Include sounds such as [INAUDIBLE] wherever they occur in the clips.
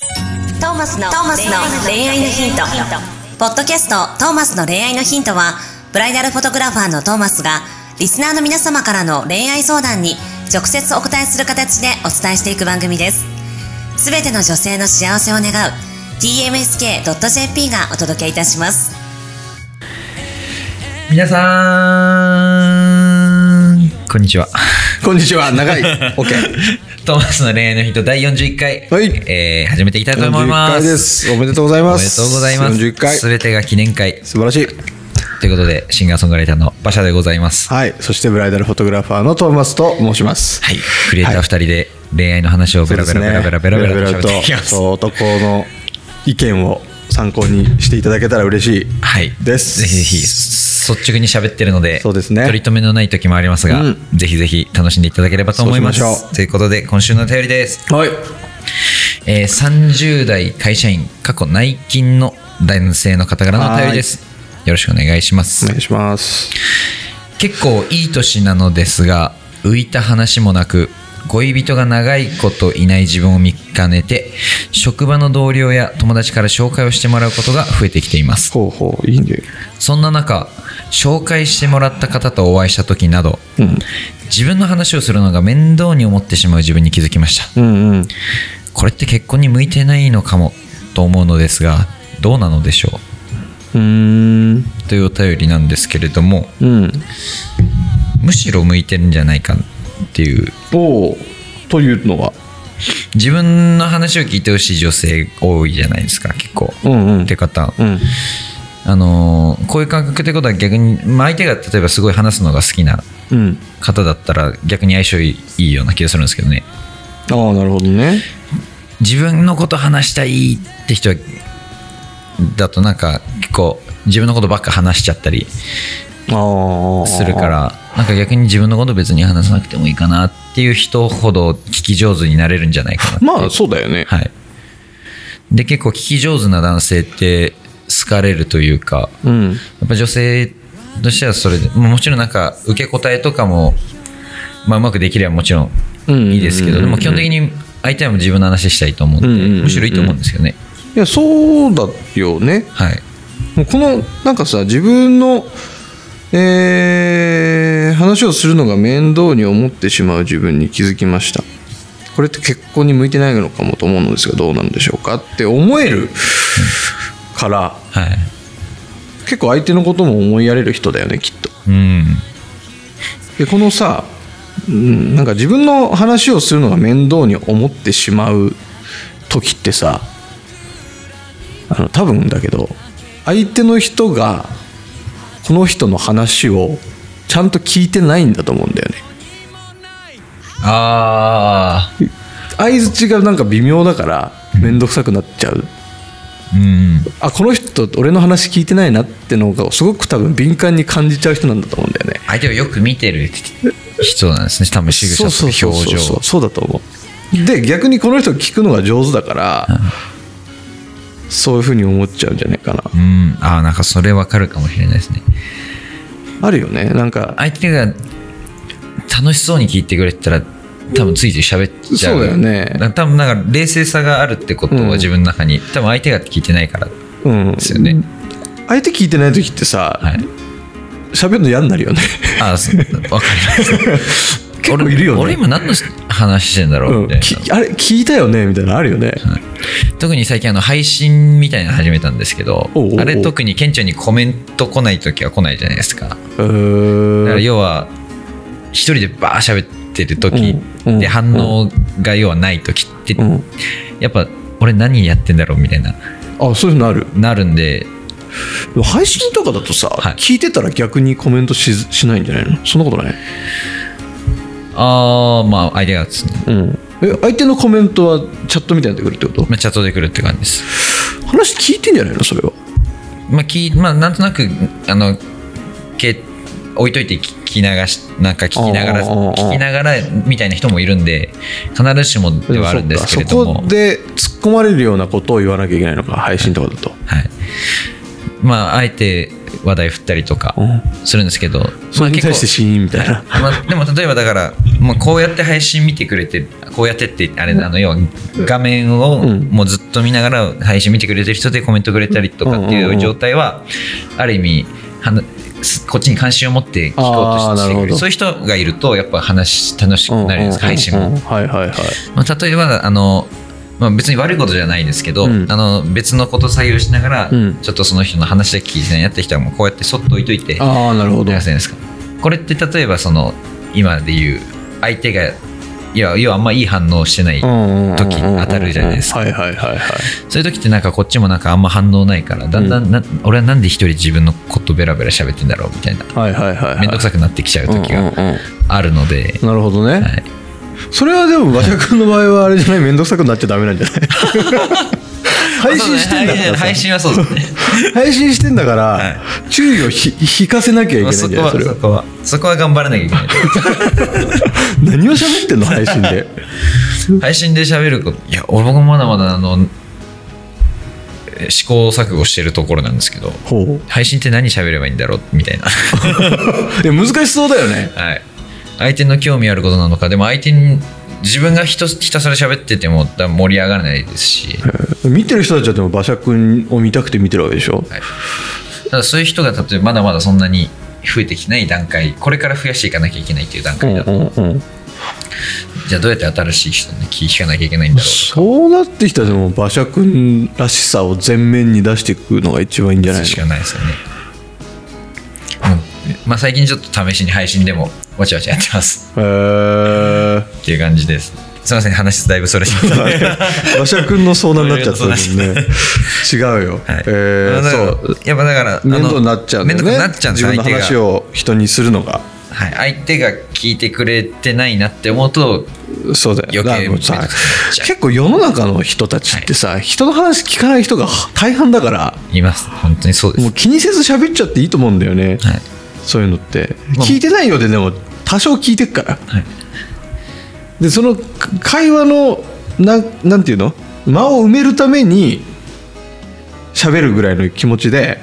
トーマスのトーマスの恋愛のヒントポッドキャスト「トーマスの恋愛のヒントは」ブライダルフォトグラファーのトーマスがリスナーの皆様からの恋愛相談に直接お答えする形でお伝えしていく番組ですすべての女性の幸せを願う tmsk.jp がお届けいたします皆さんこんにちはこんにちは、長い。OK。トーマスの恋愛の人第41回、はいえー始めていきたいと思い41ま回すです。おめでとうございおま。めですとうございます41回。す素べてが記念会晴らしい。ということでシンガーソングライターの馬車でございますはい。そして、ブライダルフォトグラファーのトーマスと申します。はいクリエイター2人で恋愛の話をベラベラベラベラベラベラと喋っていきまとすそう男の意見を参考にしていただけたら嬉しい。はいですぜひぜひ率直に喋ってるのでそうですね取り留めのない時もありますが、うんぜひぜひ楽しんでいただければと思いますそうしましょうということで今週のお便りですはい。えー、30代会社員過去内勤の男性の方からのお便りですよろしくお願いしまおす願いします。結構いい年なのですが浮いた話もなく恋人が長いこといない自分を見かねて職場の同僚や友達から紹介をしてもらうことが増えてきていますほうほう、いいね。そんな中紹介してもらった方とお会いした時などうん。自分の話をするのが面倒に思ってしまう自分に気づきましたうんうん。これって結婚に向いてないのかもと思うのですがどうなのでしょうーん。うというお便りなんですけれどもうん。むしろ向いてるんじゃないかっていうおうというのは。自分の話を聞いてほしい女性多いじゃないですか結構、うんうんって方、うん。あのーこういう感覚ってことは逆に、まあ、相手が例えばすごい話すのが好きなうん。方だったら逆に相性いいいいような気がするんですけどねああ、なるほどね。自分のこと話したいって人はだとなんか結構自分のことばっか話しちゃったりああ。するか。らなんか逆に自分のこと別に話さなくてもいいかなっていう人ほど聞き上手になれるんじゃないかなっていうまあ、そうだよね。はいで結構聞き上手な男性って好かれるというかうん。やっぱ女性としてはそれでもうもちろんなんか受け答えとかも、まあ、うまくできればもちろんうんいいですけどでも基本的に相手はもう自分の話したいと思うんうんうんうんうでんむしろいいと思うんですけどねいやそうだよねはいもうこのなんかさ自分の、えー話をするのが面倒に思ってしまう自分に気づきましたこれって結婚に向いてないのかもと思うのですがどうなんでしょうかって思えるからはい結構相手のことも思いやれる人だよねきっとうんでこのさうんなんか自分の話をするのが面倒に思ってしまう時ってさあの多分だけど相手の人がこの人の話をちゃんと聞いてないんだと思うんだよねああ相槌がなんか微妙だから面倒くさくなっちゃううんあこの人俺の話聞いてないなってのがすごく多分敏感に感じちゃう人なんだと思うんだよね相手をよく見てる人なんですね多分仕草とか表そうそうそうそう情そうだと思うで逆にこの人聞くのが上手だから、そういうふうに思っちゃうんじゃないかな、うんああなんかそれわかるかもしれないですねあるよねなんか相手が楽しそうに聞いてくれてたら多分ついつい喋っちゃうそうだよねな多分なんか冷静さがあるってことうんは自分の中に、多分相手が聞いてないからでうんすよね、相手聞いてない時ってさはい喋、るの嫌になる [LAUGHS] よねああそうわかります結 [LAUGHS] 構いるよね俺俺今何の話してんだろううみんたいな、き [LAUGHS] あれ聞いたよねみたいなのあるよね、特に最近あの配信みたいなの始めたんですけどおうおうおうあれ特に顕著にコメント来ない時は来ないじゃないですかうだからーん要は一人でバー喋ってる時うんうんで反応が要はない時ってうんやっぱ俺何やってんだろうみたいなあそういうのあるなるんででも配信とかだとさ、はい聞いてたら逆にコメントししないんじゃないのそんなことない、ああまあ相手がですねうん、え相手のコメントはチャットみたいになってくるってこまあ、チャットで来るって感じです、と話聞いてんじゃないのそれはまあきまあ、なんとなくあのけ置いといて聞き流しなんか聞きながらあーあーあー聞きながらみたいな人もいるんで必ずしもではあるんですけれどそもこで突っ込まれるようなことを言わなきゃいけないのか配信とかだと、はいまああえて話題振ったりとかうんするんですけど、まそあれに結構対してシーンみたいな、まあ、でも例えばだからまあ、こうやって配信見てくれてこうやってってあれなのよ画面をうんもうずっと見ながら配信見てくれてる人でコメントくれたりとかってうんうんいうんう状態はある意味はなすこっちに関心を持って聞こうあとーしてくなれるほるどそういう人がいるとやっぱ話楽しく [LAUGHS] なるんですか配信うんうんもう。んはいはいはいまあ、例えばあの、まあ、別に悪いことじゃないですけど、うんあの別のこと採用しながら、うんちょっとその人の話だけ聞いてないなって人はもうこうやってそっと置いといてああなるほど流せるんですかこれって例えばその今で言う相手がいや要はあんまいい反応してない、時当たるじゃないですかかはいはいはいはいそういう時ってなんかこっちもなんかあんま反応ないからだんだんな、俺はなんで一人自分のことベラベラ喋ってんだろうみたいなはいはいはいはい面倒くさくなってきちゃう時うんうがんうんあるので、なるほどね、はい、それはでも馬車君の場合はあれじゃない面倒くさくなっちゃダメなんじ [LAUGHS] ゃない配信してんだからさ配信はそうですね配信してんだから、は注意をひ引かせなきゃいけないんじそゃこないはそれはそこはそこは頑張らなきゃいけない何を喋ってんの配信で配信で喋ることいや俺もまだまだあのえー試行錯誤してるところなんですけどほう配信って何喋ればいいんだろうみたいな [LAUGHS] いや難しそうだよねはい相手の興味あることなのかでも相手に自分がひとひたすら喋ってても多分盛り上がらないですし、見てる人たちはでも馬車君を見たくて見てるわけでしょ、はい、ただそういう人が例えばまだまだそんなに増えてきてない段階これから増やしていかなきゃいけないっていう段うん階だと、うんうん、じゃあどうやって新しい人に聞かなきゃいけないんだろうそうなってきたらでも馬車君らしさを前面に出していくのが一番いいんじゃないのしかないですよね、うんまあ、最近ちょっと試しに配信でもわちゃわちゃやってますへー [LAUGHS] っていう感じですすいません話だいぶそれしましたね馬車君の相談になっちゃったもん [LAUGHS] ね違うよ、はいまあえーだからそうやっぱだからあの面倒になっちゃうんだよね面倒になっちゃうんです自分の相手が話を人にするのがはい、相手が聞いてくれてないなって思うとそうだよ余計だからもう面倒さくさくなっちゃう結構世の中の人たちってさ、人の話聞かない人が大半だから言います本当にそうでもすう気にせず喋っちゃっていいと思うんだよね、はいそういうのってまあ聞いてないようででも多少聞いてっから、はいでそのか会話のなんなんていうの間を埋めるために喋るぐらいの気持ちで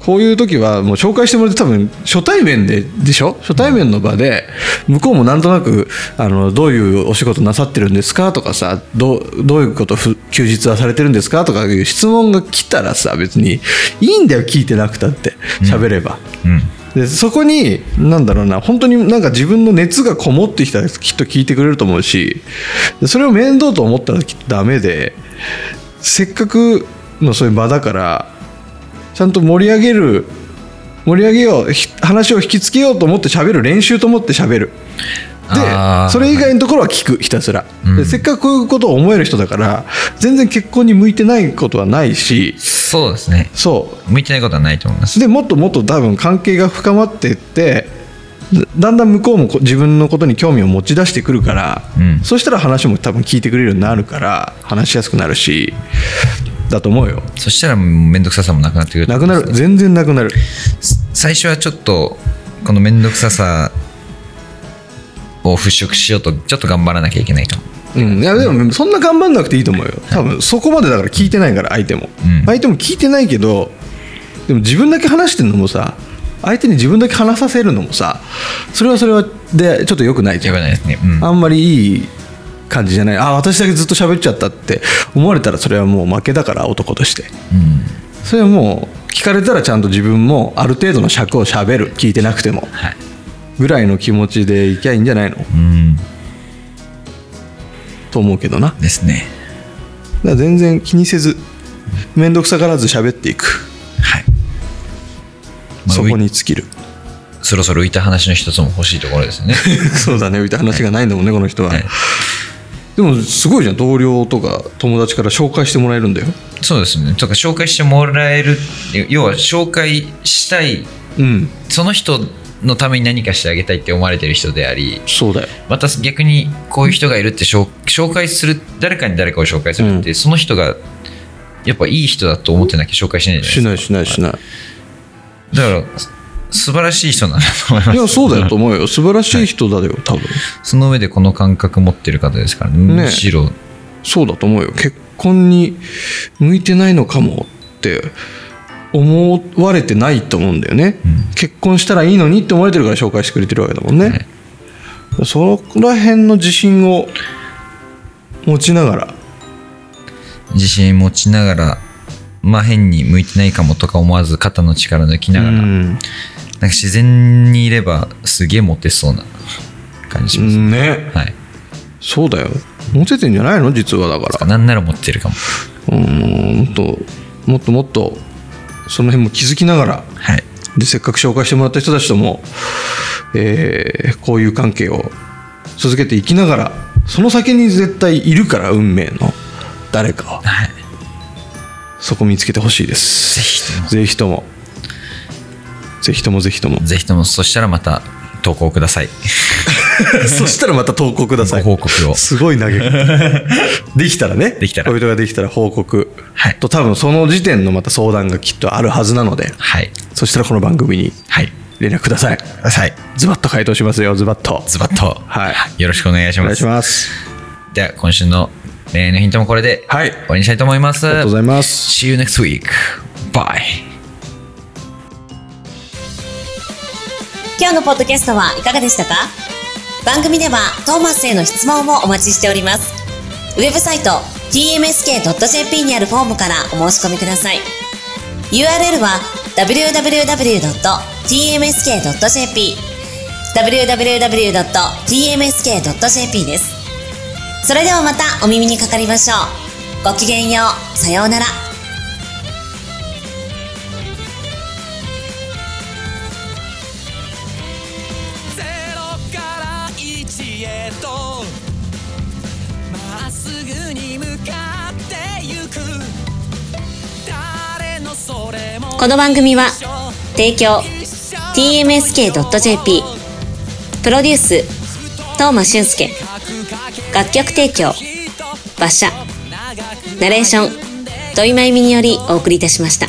こういう時はもう紹介してもらって多分初対面ででしょ初対面の場で向こうもなんとなくあのどういうお仕事なさってるんですかとかさどうどういうことふ休日はされてるんですかとかいう質問が来たらさ別にいいんだよ聞いてなくたって喋れば。うんでそこになんだろうな本当になんか自分の熱がこもってきたらきっと聞いてくれると思うしでそれを面倒と思ったらきっとダメでせっかくのそういう場だからちゃんと盛り上げる盛り上げようひ話を引きつけようと思って喋る練習と思って喋るあーでそれ以外のところは聞くひたすら、うんでせっかくこういうことを思える人だから全然結婚に向いてないことはないしそうですねそう向いてないことはないと思いますでもっともっと多分関係が深まっていってだだんだん向こうもこ自分のことに興味を持ち出してくるから、うんそしたら話も多分聞いてくれるようになるから話しやすくなるしだと思うよそしたら面倒くささもなくなってくるとな思うくんなでする全然なくなる最初はちょっとこの面倒くささを払拭しようとちょっと頑張らなきゃいけないと思ううん、いやでもそんな頑張んなくていいと思うよ多分そこまでだから聞いてないから相手も、うん相手も聞いてないけどでも自分だけ話してるのもさ相手に自分だけ話させるのもさそれはそれはでちょっと良くないじゃやばんないですね、うん、あんまりいい感じじゃないあ私だけずっと喋っちゃったって思われたらそれはもう負けだから男としてうんそれはもう聞かれたらちゃんと自分もある程度の尺を喋る聞いてなくてもはいぐらいの気持ちでいきゃいいんじゃないのうんと思うけどなだかですねら全然気にせず面倒くさがらず喋っていくはい、まあそこ浮いに尽き [LAUGHS] るそろそろ浮いた話の一つも欲しいところ [LAUGHS] ですねそうだね浮いた話がないんだもんねこの人ははいでもすごいじゃん同僚とか友達から紹介してもらえるんだよそうですねとか紹介してもらえる要は紹介したいうんその人のために何かしてあげたいって思われてる人でありそうだよまた逆にこういう人がいるって紹紹介する誰かに誰かを紹介するって、その人がやっぱいい人だと思ってなきゃ紹介しないじゃないですかしないしないしないだからす素晴らしい人なんだと思いますいやそうだよと思うよ素晴らしい人だよ多分その上でこの感覚持ってる方ですからねねむしろそうだと思うよ結婚に向いてないのかもって思われてないと思うんだよね、結婚したらいいのにって思われてるから紹介してくれてるわけだもんね、はいそこら辺の自信を持ちながら自信持ちながらまあ変に向いてないかもとか思わず肩の力抜きながら、うなんかん自然にいればすげえモテそうな感じします、ねはいそうだよモテてんじゃないの実はだからなんなら持ってるかもうんもっともっともっとその辺も気づきながらはいでせっかく紹介してもらった人たちとも、えーこういう関係を続けていきながらその先に絶対いるから運命の誰かははいそこ見つけてほしいですぜひともぜひともぜひともぜひともぜひともそしたらまた投稿ください [LAUGHS] そしたらまた投稿くださいご報告をすごい投げ方 [LAUGHS] できたらねできたら恋人ができたら報告、はいと多分その時点のまた相談がきっとあるはずなのではいそしたらこの番組にはい連絡くださいくださいズバッと回答しますよズバッとズバッと、はいよろしくお願いしお願まいすしますでは今週の恋愛のヒントもこれではい終わりにしたいと思います、ありがとうございます See you next week bye 今日のポッドキャストはいかがでしたか番組ではトーマスへの質問もお待ちしております。ウェブサイト tmsk.jp にあるフォームからお申し込みください。URL は www.tmsk.jp www.tmsk.jp です。それではまたお耳にかかりましょう。ごきげんよう。さようなら。ゼロから一へとまっすぐに向かってゆく誰のそれもこの番組は一緒提供 TMSK.jp プロデュース東間俊介楽曲提供馬車ナレーション土井真由美によりお送りいたしました。